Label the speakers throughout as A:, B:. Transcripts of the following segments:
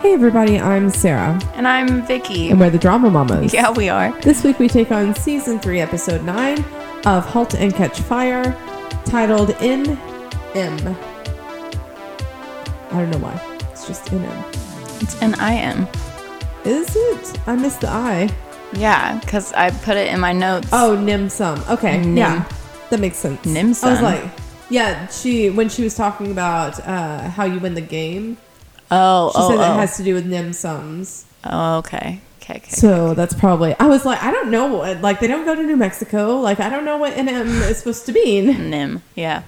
A: Hey everybody, I'm Sarah,
B: And I'm Vicky.
A: and we're the Drama Mamas.
B: Yeah, we are.
A: This week we take on season three, episode nine of *Halt and Catch Fire*, titled "In M." I don't know why. It's just "In M."
B: It's an I am.
A: Is it? I missed the I.
B: Yeah, because I put it in my notes.
A: Oh, Nim Sum. Okay, yeah, that makes sense.
B: Nim
A: I was
B: Sum.
A: like, yeah, she when she was talking about uh, how you win the game,
B: oh,
A: she
B: oh,
A: said
B: oh.
A: it has to do with Nim Sums.
B: oh, okay. Okay, okay.
A: So that's probably. I was like, I don't know what. Like, they don't go to New Mexico. Like, I don't know what NM is supposed to mean.
B: Nim, yeah.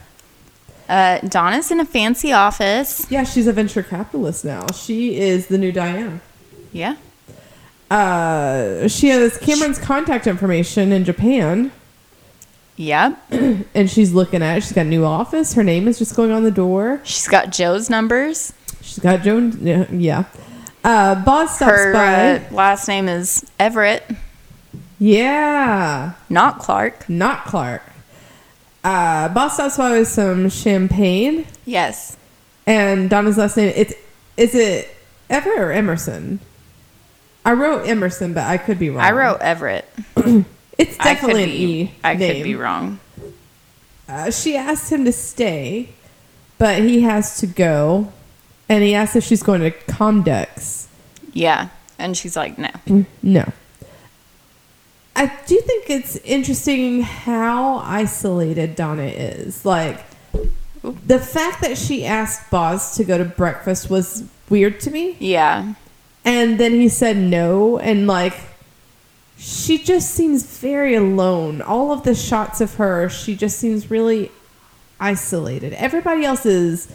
B: Uh, Donna's in a fancy office.
A: Yeah, she's a venture capitalist now. She is the new Diane.
B: Yeah.
A: Uh, she has Cameron's contact information in Japan,
B: Yep.
A: and she's looking at. it. She's got a new office. Her name is just going on the door.
B: She's got Joe's numbers.
A: She's got Joan. yeah, Yeah. Uh, boss stops
B: Her
A: by.
B: uh, last name is Everett,
A: yeah.
B: not Clark.
A: Not Clark. Uh, boss stops by with some champagne.
B: Yes.
A: and Donna's last name. It's is it Everett or Emerson? I wrote Emerson, but I could be wrong.
B: I wrote Everett.
A: it's
B: I
A: definitely
B: could
A: an
B: be,
A: E.
B: I
A: name.
B: could be wrong.
A: Uh, she asked him to stay, but he has to go, and he asked if she's going to Comdex.
B: Yeah. And she's like, no.
A: No. I do think it's interesting how isolated Donna is. Like, the fact that she asked Boz to go to breakfast was weird to me.
B: Yeah.
A: And then he said no, and like she just seems very alone. All of the shots of her, she just seems really isolated. Everybody else is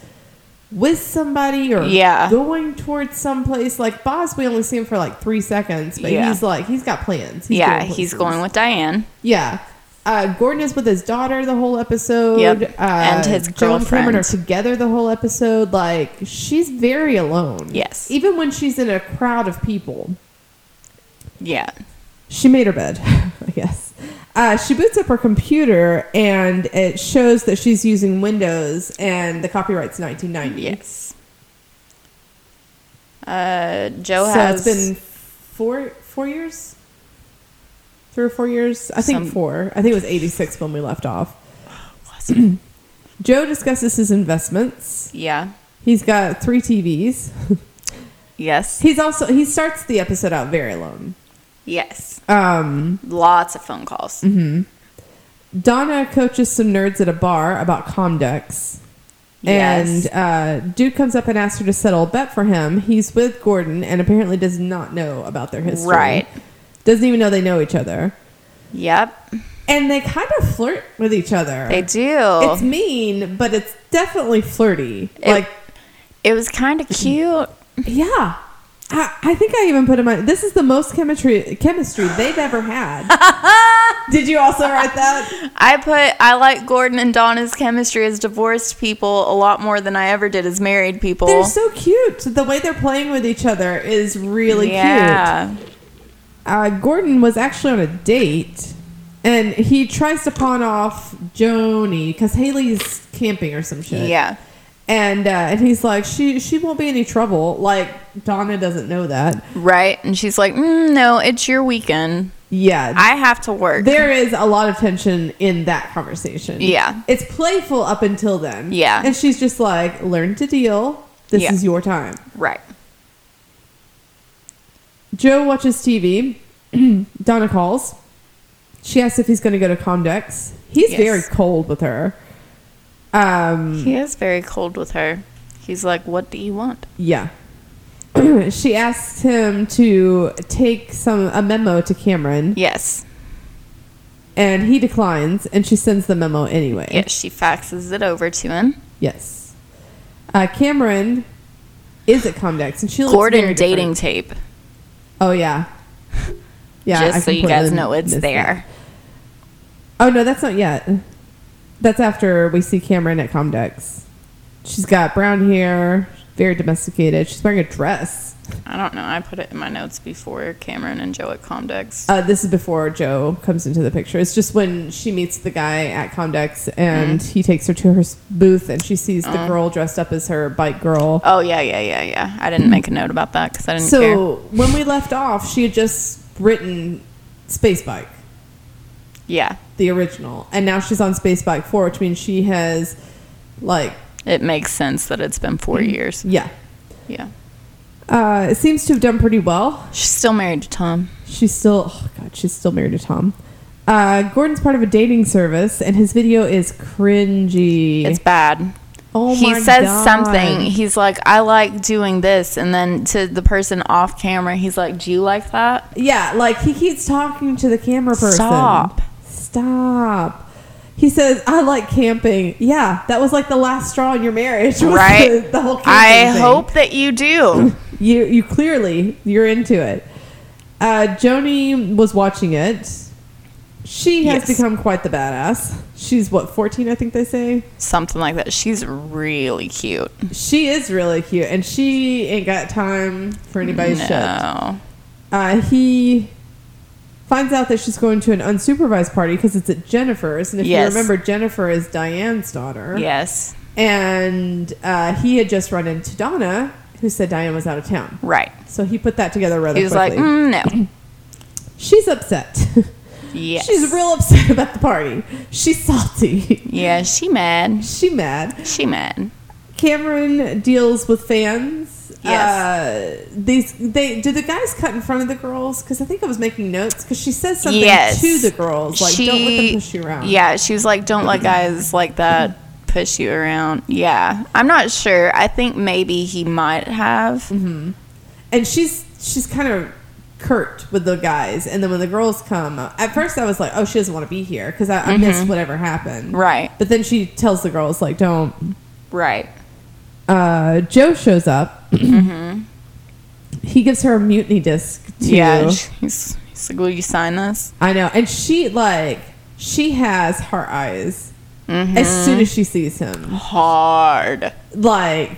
A: with somebody or
B: Yeah.
A: going towards someplace. Like Boz, we only see him for like three seconds, but
B: Yeah.
A: he's like he's got plans. He's
B: yeah.
A: going
B: He's
A: places.
B: going with Diane.
A: Yeah. Uh, Gordon is with his daughter the whole episode.
B: Yep.
A: Uh,
B: And his
A: Joe and Cameron
B: girlfriend.
A: are together the whole episode. Like she's very alone.
B: Yes.
A: Even when she's in a crowd of people,
B: Yeah.
A: she made her bed. I guess. Uh, she boots up her computer and it shows that she's using Windows and the copyright's 1990.
B: Yes. Uh, Joe
A: so
B: has
A: it's been four four years, three or four years. I think
B: Some-
A: four. I think it was 86 when we left off.
B: Was it?
A: Joe discusses his investments.
B: yeah.
A: He's got three TVs.
B: Yes.
A: He's also he starts the episode out very alone.
B: Yes.
A: Um,
B: Lots of phone calls.
A: Mm-hmm. Donna coaches some nerds at a bar about Comdex.
B: Yes.
A: And uh, dude comes up and asks her to settle a bet for him. He's with Gordon and apparently does not know about their history.
B: Right.
A: Doesn't even know they know each other.
B: Yep.
A: And they kind of flirt with each other.
B: They do.
A: It's mean, but it's definitely flirty.
B: It-
A: like
B: it was kind of cute.
A: Yeah. I, I think I even put in my. This is the most chemistry chemistry they've ever had. Did you also write that?
B: I put I like Gordon and Donna's chemistry as divorced people a lot more than I ever did as married people.
A: They're so cute. The way they're playing with each other is really cute.
B: yeah.
A: Uh, Gordon was actually on a date, and he tries to pawn off Joni because Haley's camping or some shit.
B: Yeah.
A: and uh, and he's like, she she won't be any trouble. Like Donna doesn't know that.
B: Right. And she's like, mm, "No, it's your weekend.
A: Yeah,
B: I have to work."
A: there is a lot of tension in that conversation.
B: Yeah.
A: It's playful up until then.
B: Yeah.
A: And she's just like, learn to deal. This
B: Yeah.
A: is your time.
B: right.
A: Joe watches TV. Donna calls. She asks if he's going to go to Comdex. He's
B: Yes.
A: very cold with her. Um,
B: He is very cold with her. He's like, "What do you want?"
A: yeah. she asks him to take some a memo to Cameron,
B: Yes.
A: and he declines, and she sends the memo anyway.
B: Yeah, she faxes it over to him.
A: Yes. Uh, Cameron is at Comdex, and she looks very
B: Gordon
A: different.
B: dating tape.
A: Oh yeah, yeah. I
B: just so you guys
A: completely
B: know it's
A: missed
B: there.
A: that. Oh no, that's not yet. That's after we see Cameron at Comdex. She's got brown hair, very domesticated. She's wearing a dress.
B: I don't know. I put it in my notes before Cameron and Joe at Comdex.
A: Uh, this is before Joe comes into the picture. It's just when she meets the guy at Comdex and
B: Mm-hmm.
A: he takes her to her s- booth and she sees the girl dressed up as her bike girl.
B: Oh yeah, yeah, yeah, yeah. I didn't make a note about that because I didn't care.
A: so when we left off, she had just written Space Bike,
B: Yeah,
A: the original, and now she's on Space Bike 4, which means she has, like,
B: it makes sense that it's been
A: Mm.
B: four years.
A: yeah.
B: Yeah,
A: Uh, it seems to have done pretty well.
B: she's still married to Tom.
A: She's still, oh God, she's still married to Tom. Uh, Gordon's part of a dating service, and his video is cringy.
B: It's bad.
A: oh
B: he
A: my
B: says
A: God.
B: something. He's like, "I like doing this," and then to the person off camera, he's like, "Do you like that?"
A: Yeah, like he keeps talking to the camera person.
B: Stop.
A: Stop. He says, "I like camping." Yeah, that was like the last straw in your marriage, was
B: Right.
A: The, the whole camping
B: I
A: thing.
B: hope that you do.
A: you you clearly you're into it. Uh, Joni was watching it. She has
B: Yes.
A: become quite the badass. She's what 14, I think they say.
B: Something like that. She's really cute.
A: She is really cute, and she ain't got time for anybody's shit.
B: No.
A: Uh, he finds out that she's going to an unsupervised party because it's at Jennifer's, and if
B: Yes.
A: you remember, Jennifer is Diane's daughter.
B: Yes.
A: And uh, he had just run into Donna, who said Diane was out of town.
B: Right.
A: So he put that together rather
B: He was like,
A: quickly.
B: mm, "No."
A: She's upset.
B: Yes.
A: She's real upset about the party. She's salty.
B: Yeah, she mad.
A: she mad.
B: She mad.
A: Cameron deals with fans.
B: Yes.
A: Uh, these they did the guys cut in front of the girls because I think I was making notes because she says something
B: yes.
A: to the girls like don't let them push you around.
B: Yeah, she was like, don't let guys like that push you around. Yeah, I'm not sure. I think maybe he might have.
A: Mm-hmm. and she's she's kind of curt with the guys, and then when the girls come, uh, at first I was like, oh, she doesn't want to be here because I, I missed whatever happened.
B: Mm-hmm. Right.
A: But then she tells the girls like, don't
B: Right.
A: uh, Joe shows up. He gives her a mutiny disc. To,
B: Mm-hmm. Yeah. He's, he's like, will you sign this?
A: I know, and she like she has her eyes
B: Mm-hmm.
A: as soon as she sees him.
B: Hard.
A: Like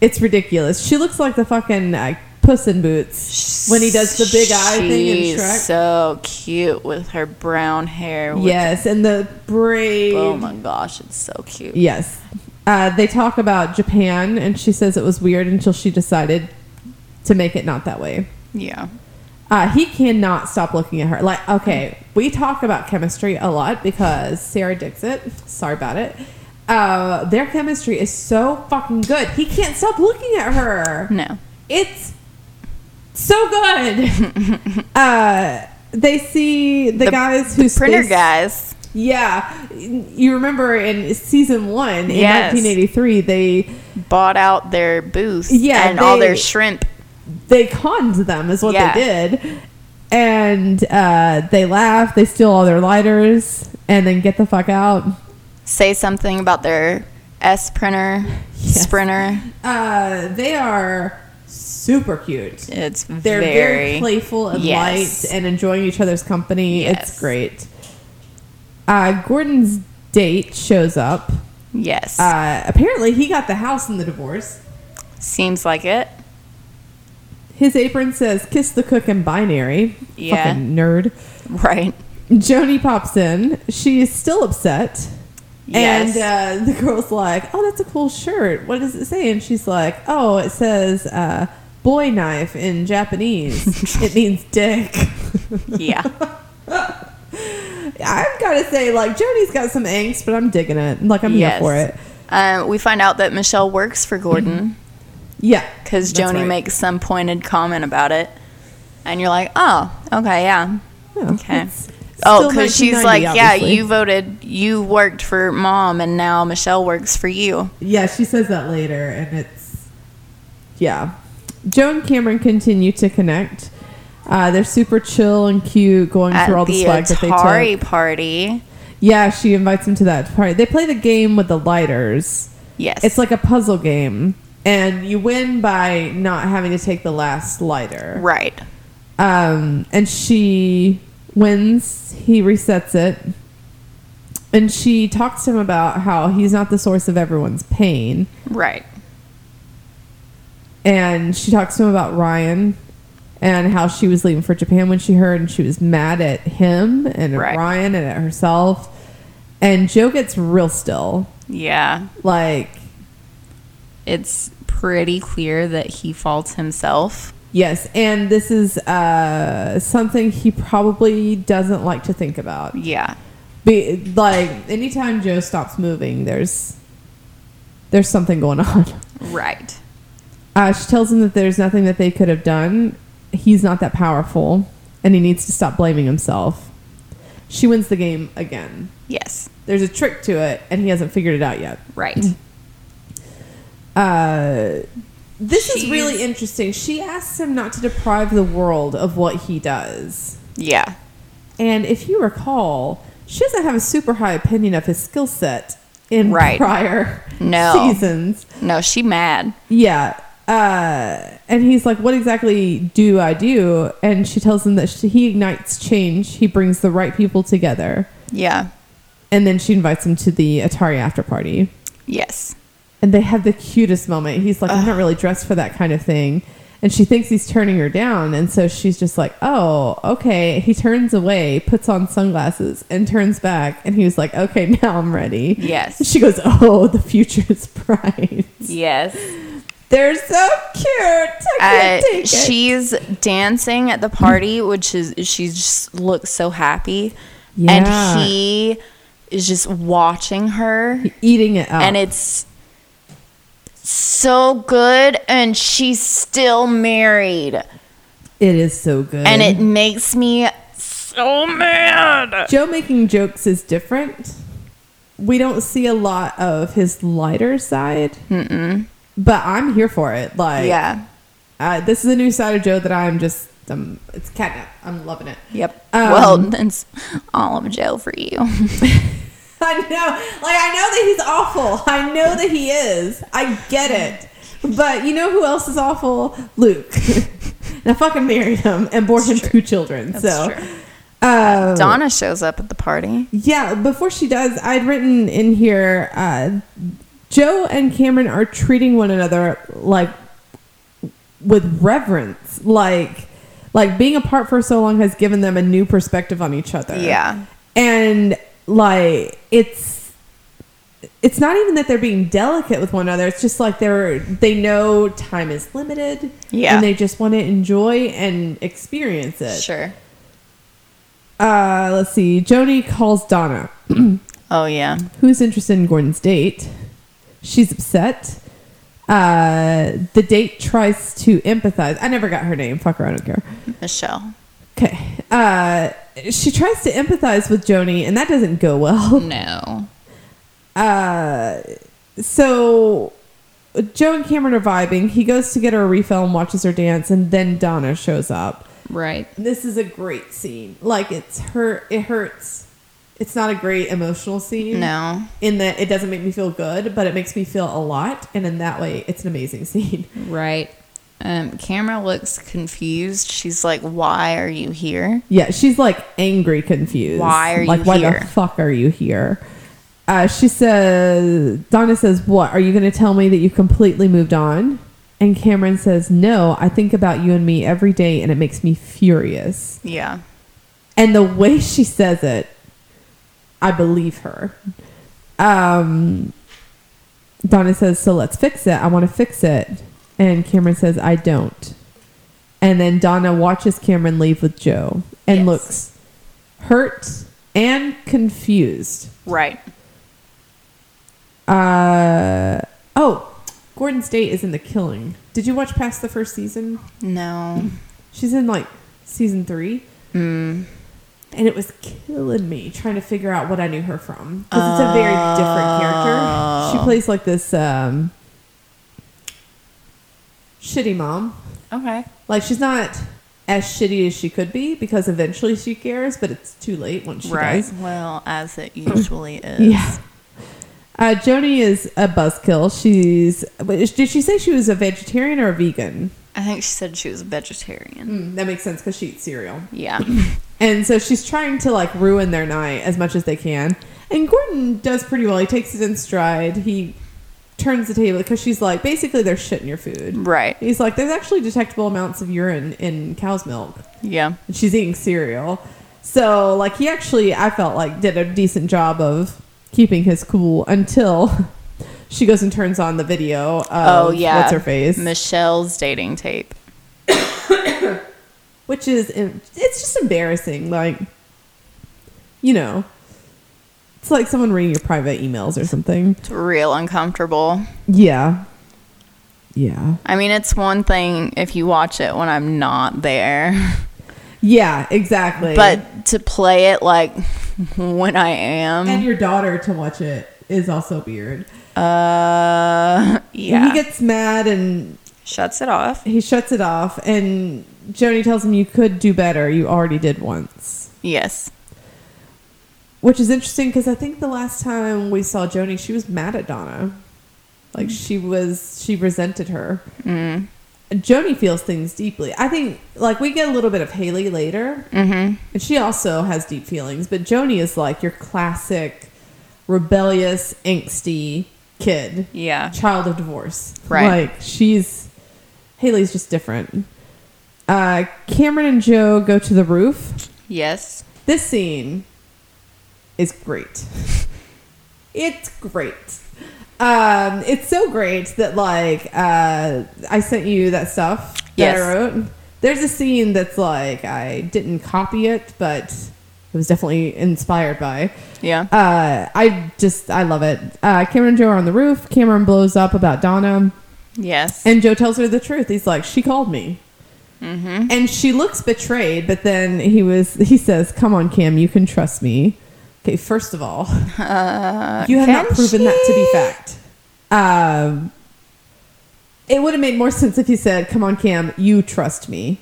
A: it's ridiculous. She looks like the fucking uh, Puss in Boots when he does the big eye thing in
B: She's
A: Shrek.
B: so cute with her brown hair. With
A: yes, and the braid.
B: Oh my gosh, it's so cute.
A: Yes. Uh, they talk about Japan, and she says it was weird until she decided to make it not that way.
B: Yeah.
A: Uh, he cannot stop looking at her. Like, okay, we talk about chemistry a lot because Sarah Dixit, sorry about it, uh, their chemistry is so fucking good. He can't stop looking at her.
B: No.
A: It's so good. uh, they see the,
B: The-
A: guys who
B: Printer
A: space-
B: guys.
A: Yeah, you remember in season one in
B: Yes.
A: 1983, they
B: bought out their booth
A: Yeah,
B: and all
A: they-
B: their shrimp.
A: they conned them is what
B: Yeah.
A: they did and uh, they laugh they steal all their lighters and then get the fuck out
B: Say something about their S printer,
A: Yes.
B: sprinter.
A: uh, they are super cute
B: It's
A: they're very,
B: very,
A: playful and
B: Yes.
A: light and enjoying each other's company it's
B: Yes.
A: great uh, gordon's date shows up
B: yes.
A: uh, apparently he got the house in the divorce
B: Seems like it.
A: his apron says kiss the cook and binary
B: Yeah.
A: fucking nerd
B: Right.
A: Joni pops in. She is still upset.
B: Yes.
A: And uh, the girl's like, oh, that's a cool shirt. What does it say? And she's like, oh, it says uh, boy knife in Japanese. it means dick.
B: Yeah.
A: I've got to say, like, Joni's got some angst, but I'm digging it. Like, I'm here
B: yes.
A: for it.
B: Uh, we find out that Michelle works for Gordon
A: Yeah.
B: because
A: That's
B: Joni
A: right.
B: makes some pointed comment about it. And you're like, oh, okay, yeah.
A: Yeah,
B: Okay.
A: it's
B: Oh,
A: still
B: because she's like,
A: 1990,
B: yeah,
A: obviously.
B: you voted, you worked for mom, and now Michelle works for you.
A: Yeah, she says that later, and it's yeah. Joe and Cameron continue to connect. Uh, they're super chill and cute, going
B: At
A: through all the,
B: the
A: swag that they
B: Atari
A: took.
B: party.
A: Yeah, she invites him to that party. They play the game with the lighters.
B: Yes.
A: It's like a puzzle game, and you win by not having to take the last lighter.
B: Right.
A: Um, and she wins. He resets it. And she talks to him about how he's not the source of everyone's pain.
B: Right.
A: and she talks to him about Ryan and how she was leaving for Japan when she heard, and she was mad at him and at
B: Right.
A: Ryan and at herself. And Joe gets real still,
B: Yeah.
A: like
B: It's pretty clear that he faults himself.
A: yes. And this is uh, something he probably doesn't like to think about.
B: Yeah.
A: Be, like anytime Joe stops moving, there's there's something going on.
B: Right.
A: Uh, she tells him that there's nothing that they could have done. He's not that powerful, and he needs to stop blaming himself. She wins the game again.
B: Yes.
A: There's a trick to it, and he hasn't figured it out yet.
B: Right.
A: Mm-hmm. Uh, this is
B: She's-
A: really interesting. She asks him not to deprive the world of what he does.
B: Yeah.
A: And if you recall, she doesn't have a super high opinion of his skill set in
B: Right.
A: prior
B: No.
A: seasons.
B: No, she mad.
A: Yeah. Uh, and he's like, What exactly do I do? And she tells him that she, he ignites change, he brings the right people together.
B: Yeah.
A: And then she invites him to the Atari after party.
B: Yes.
A: And they have the cutest moment. He's like, I'm not really dressed for that kind of thing. And she thinks he's turning her down. And so she's just like, Oh, okay. He turns away, puts on sunglasses, and turns back. And he was like, Okay, now I'm ready.
B: Yes.
A: She goes, Oh, the future is bright.
B: Yes.
A: They're so cute. I
B: Uh,
A: can't take it. Mm-hmm.
B: she's dancing at the party, which is she just looks so happy,
A: Yeah.
B: and he is just watching her,
A: eating it up.
B: and it's so good, and she's still married,
A: it is so good.
B: and it makes me so mad.
A: Joe making jokes is different. We don't see a lot of his lighter side. Mm-mm. But I'm here for it. Like,
B: Yeah.
A: uh, this is a new side of Joe that I'm just, um, it's catnip. I'm loving it.
B: Yep.
A: Um,
B: well, that's all of Joe for you.
A: I know. Like, I know that he's awful. I know that he is. I get it. But you know who else is awful? Luke. and I fucking married him and bore him two children. so,
B: true.
A: um,
B: Donna shows up at the party.
A: Yeah, before she does, I'd written in here uh, Joe and Cameron are treating one another like with reverence, like like being apart for so long has given them a new perspective on each other.
B: Yeah.
A: And like it's it's not even that they're being delicate with one another. It's just like they're they know time is limited.
B: Yeah.
A: And they just want to enjoy and experience it.
B: Sure.
A: Uh, let's see. Joni calls Donna.
B: Oh yeah.
A: who's interested in Gordon's date. She's upset. Uh, the date tries to empathize. I never got her name. Fuck her. I don't care.
B: Michelle.
A: Okay. Uh, she tries to empathize with Joni, and that doesn't go well.
B: No.
A: Uh, so Joe and Cameron are vibing. He goes to get her a refill and watches her dance, and then Donna shows up.
B: Right.
A: This is a great scene. Like it's hurt. It hurts. It's not a great emotional scene.
B: No.
A: in that it doesn't make me feel good, but it makes me feel a lot. And in that way, it's an amazing scene.
B: Right. Um, Camera looks confused. She's like, "Why are you here?"
A: Yeah, she's like angry, confused.
B: Why are you
A: like, why
B: here?
A: the fuck are you here? Uh, she says, Donna says, What? Are you going to tell me that you completely moved on? And Cameron says, No, I think about you and me every day and it makes me furious.
B: Yeah.
A: And the way she says it, I believe her. Um, Donna says, So let's fix it. I want to fix it. And Cameron says, I don't. And then Donna watches Cameron leave with Joe and
B: Yes.
A: looks hurt and confused.
B: Right.
A: Uh, oh, Gordon's date is in The Killing. Did you watch past the first season?
B: No.
A: She's in like season three.
B: Mm.
A: and it was killing me trying to figure out what I knew her from because it's a very different character. She
B: Oh.
A: plays like this um, shitty mom.
B: Okay.
A: Like she's not as shitty as she could be because eventually she cares, but it's too late once she
B: right.
A: does.
B: Well, as it usually is.
A: Yeah. Uh, Joni is a buzzkill. She's. wait, is- Did she say she was a vegetarian or a vegan?
B: I think she said she was a vegetarian.
A: Mm, that makes sense because she eats cereal.
B: Yeah.
A: And so she's trying to like ruin their night as much as they can. And Gordon does pretty well. He takes it in stride. He turns the table because she's like, basically, they're shitting your food.
B: Right.
A: He's like, there's actually detectable amounts of urine in cow's milk,
B: Yeah.
A: and she's eating cereal. So, like, he actually, I felt like, did a decent job of keeping his cool until she goes and turns on the video. Of
B: Oh yeah.
A: what's her face?
B: Michelle's dating tape.
A: which is it's just embarrassing like you know it's like someone reading your private emails or something
B: It's real uncomfortable.
A: yeah yeah
B: I mean, it's one thing if you watch it when I'm not there,
A: yeah exactly
B: but to play it like when I am,
A: and your daughter to watch it is also weird
B: uh,
A: yeah.
B: yeah,
A: he gets mad and
B: shuts it off.
A: he shuts it off and joni tells him you could do better you already did once
B: Yes.
A: which is interesting because i think the last time we saw joni she was mad at donna like she was she resented her
B: Mm.
A: Joni feels things deeply. I think, like, we get a little bit of Haley later,
B: Mm-hmm.
A: and she also has deep feelings, but Joni is like your classic rebellious, angsty kid,
B: Yeah.
A: child of divorce.
B: Right.
A: Like, she's, Haley's just different. Uh, Cameron and Joe go to the roof.
B: Yes.
A: This scene is great. It's great. Um, it's so great that like uh, I sent you that stuff that
B: Yes.
A: I wrote. There's a scene that's like I didn't copy it, but it was definitely inspired by.
B: Yeah.
A: Uh, I just I love it. Uh, Cameron and Joe are on the roof. Cameron blows up about Donna,
B: Yes.
A: and Joe tells her the truth. He's like, she called me.
B: Mm-hmm.
A: And she looks betrayed, but then he was he says, "Come on, Cam, you can trust me." Okay, first of all,
B: uh,
A: you have not
B: can
A: proven that to be
B: she?
A: fact. Um, it would have made more sense if he said, "Come on, Cam, you trust me,"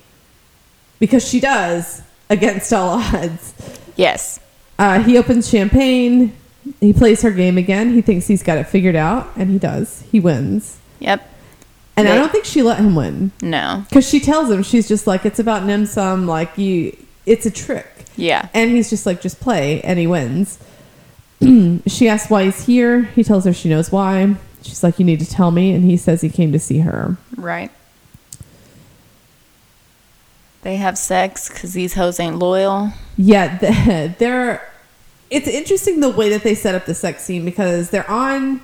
A: because she does against all odds.
B: Yes.
A: Uh, he opens champagne. He plays her game again. He thinks he's got it figured out, and he does. He wins,
B: Yep.
A: and I
B: They-
A: don't think she let him win
B: No.
A: because she tells him she's just like it's about nim sum, like you, it's a trick.
B: Yeah.
A: And he's just like, just play, and he wins. she asks why he's here. He tells her she knows why. She's like, you need to tell me. And he says he came to see her.
B: Right. They have sex because these hoes ain't loyal.
A: Yeah, th- they're. It's interesting the way that they set up the sex scene because they're on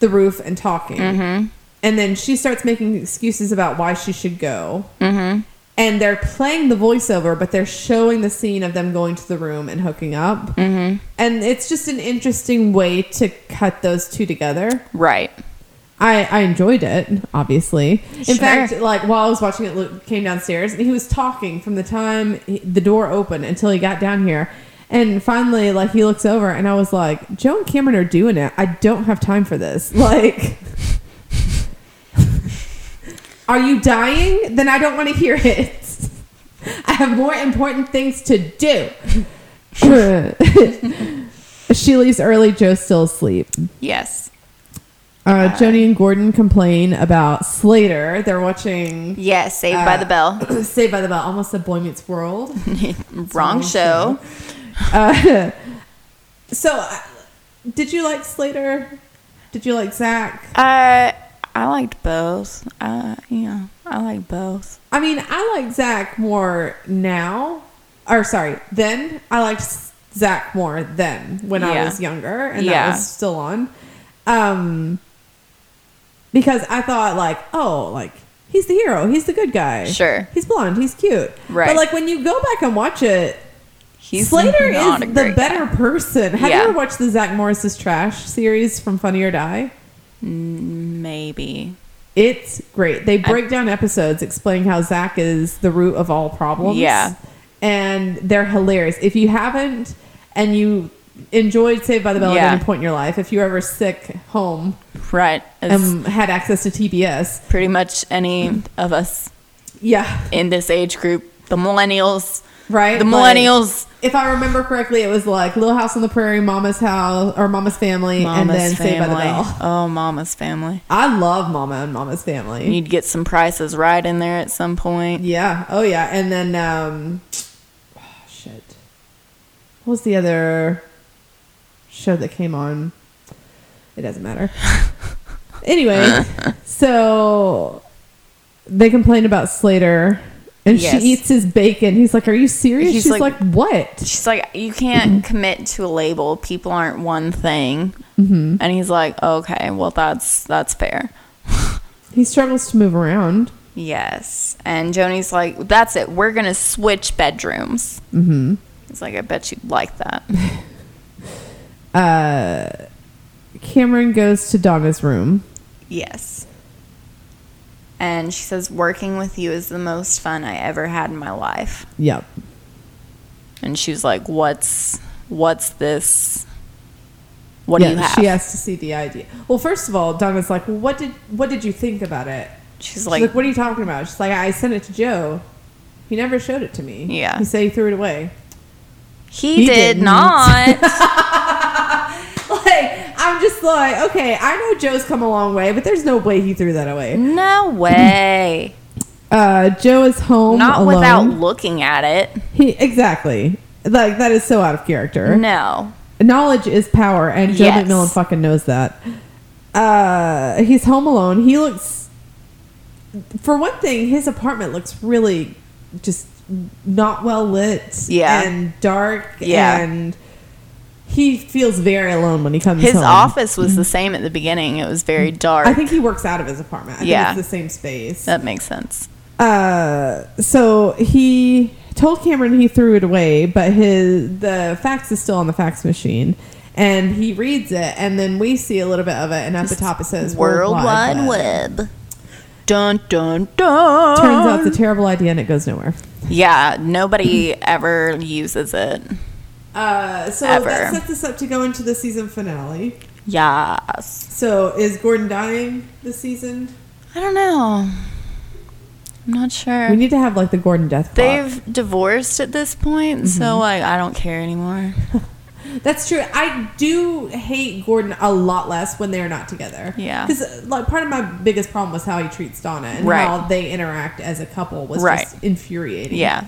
A: the roof and talking. And then she starts making excuses about why she should go.
B: Mm-hmm.
A: And they're playing the voiceover, but they're showing the scene of them going to the room and hooking up. And it's just an interesting way to cut those two together.
B: Right.
A: I, I enjoyed it, obviously. In
B: Sure.
A: fact, like while I was watching it, Luke came downstairs and he was talking from the time he- the door opened until he got down here. And finally, like he looks over and I was like, Joe and Cameron are doing it. I don't have time for this. Like, are you dying? Then I don't want to hear it. I have more important things to do. she leaves early. Joe's still asleep.
B: Yes.
A: Uh, Joni and Gordon complain about Slater. They're watching
B: Yes. Saved by the Bell.
A: Saved by the Bell, almost a Boy Meets World.
B: Wrong show.
A: Uh, so, uh, did you like Slater? Did you like Zach?
B: Uh, I liked both. Uh, yeah, I like both.
A: I mean, I like Zach more now. Or sorry, then I liked S- Zach more then when I
B: Yeah.
A: was younger, and
B: Yeah.
A: that was still on. Um, because I thought like, oh, like he's the hero, he's the good guy,
B: Sure.
A: he's blonde, he's cute, But
B: Right.
A: like when you go back and watch it,
B: He's
A: Slater is
B: not a
A: the
B: great
A: better
B: guy.
A: person. Have
B: Yeah.
A: you ever watched the Zach Morris's Trash series from Funny or Die?
B: Maybe.
A: It's great. They break down episodes explaining how Zach is the root of all problems.
B: Yeah.
A: And they're hilarious. If you haven't and you enjoyed Saved by the Bell
B: Yeah.
A: at any point in your life, if you're ever sick home
B: Right. It's
A: and had access to TBS,
B: pretty much any of us
A: yeah,
B: in this age group, the millennials.
A: right?
B: The
A: Like,
B: millennials.
A: if I remember correctly, it was like Little House on the Prairie, Mama's House, or Mama's Family, and
B: Mama's
A: then Saved by the
B: family.
A: Bell.
B: Oh, Mama's family.
A: I love Mama and Mama's Family.
B: You need to get some prices right in there at some point.
A: Yeah. Oh yeah. And then um oh, shit. What was the other show that came on? It doesn't matter. Anyway, so they complain about Slater, and
B: Yes.
A: she eats his bacon. He's like, "Are you serious?"
B: He's
A: She's
B: like-
A: like, "What?"
B: She's like, you
A: Mm-hmm.
B: can't commit to a label. People aren't one thing.
A: Mm-hmm.
B: And he's like, okay, well, that's that's fair.
A: He struggles to move around.
B: Yes. And Joni's like, that's it. We're gonna switch bedrooms. Mm-hmm. He's like, I bet you'd like that.
A: Cameron goes to Donna's room.
B: yes. And she says, working with you is the most fun I ever had in my life.
A: Yep.
B: And she's like, what's what's this? What do you have?
A: She has to see the idea. Well, first of all, Donna's like, well, "What did what did you think about it?"
B: she's
A: She's
B: like,
A: like, "What are you talking about?" She's like, "I sent it to Joe. He never showed it to me.
B: Yeah.
A: He said he threw it away."
B: he,
A: He
B: did
A: didn't."
B: not.
A: Like, I'm just like, okay, I know Joe's come a long way, but there's no way he threw that away.
B: no way.
A: Uh, Joe is home
B: Not
A: alone.
B: without looking at it.
A: he exactly. Like that is so out of character.
B: No.
A: Knowledge is power, and Joe
B: Yes.
A: McMillan fucking knows that. Uh, he's home alone. He looks. For one thing, his apartment looks really just not well lit.
B: Yeah.
A: And dark.
B: Yeah.
A: And he feels very alone when he comes
B: His
A: home.
B: office was the same at the beginning. It was very dark.
A: I think he works out of his apartment. I
B: Yeah.
A: think it's the same space.
B: that makes sense.
A: Uh, so he told Cameron he threw it away, but his the fax is still on the fax machine, and he reads it, and then we see a little bit of it, and at the top it says
B: World Wide Web. Dun dun dun.
A: Turns out it's a terrible idea, and it goes nowhere.
B: yeah, nobody ever uses it.
A: Uh, so
B: Ever.
A: that sets us up to go into the season finale.
B: Yes.
A: So is Gordon dying this season?
B: I don't know. I'm not sure.
A: We need to Mm-hmm. have like the Gordon death. Clock.
B: They've divorced at this point, so like I don't care anymore.
A: That's true. I do hate Gordon a lot less when they're not together.
B: Yeah.
A: Because like part of my biggest problem was how he treats Donna and
B: Right.
A: how they interact as a couple was
B: Right.
A: just infuriating.
B: Yeah.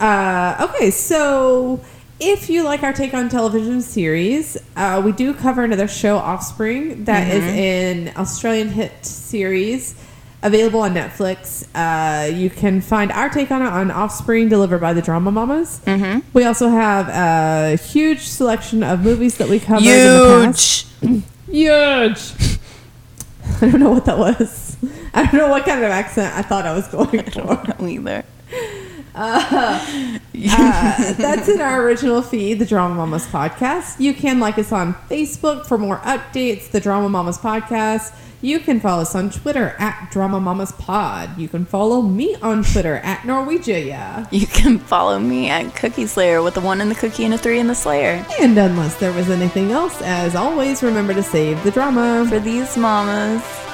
A: Uh, okay, so if you like our take on television series, uh, we do cover another show, Offspring, that is an Australian hit series available on Netflix. Uh, you can find our take on it on Offspring, delivered by the Drama Mamas. Mm-hmm. We also have a huge selection of movies that we covered in the past.
B: Huge.
A: Huge. I don't know what that was. I don't know what kind of accent I thought I was going for.
B: Either.
A: Uh, that's in our original feed, the Drama Mamas podcast. You can like us on Facebook for more updates, the Drama Mamas podcast. You can follow us on Twitter at Drama Mamas Pod. You can follow me on Twitter at Norwegia.
B: You can follow me at Cookie Slayer with the one in the cookie and a three in the Slayer.
A: And unless there was anything else, as always, remember to save the drama.
B: For these mamas.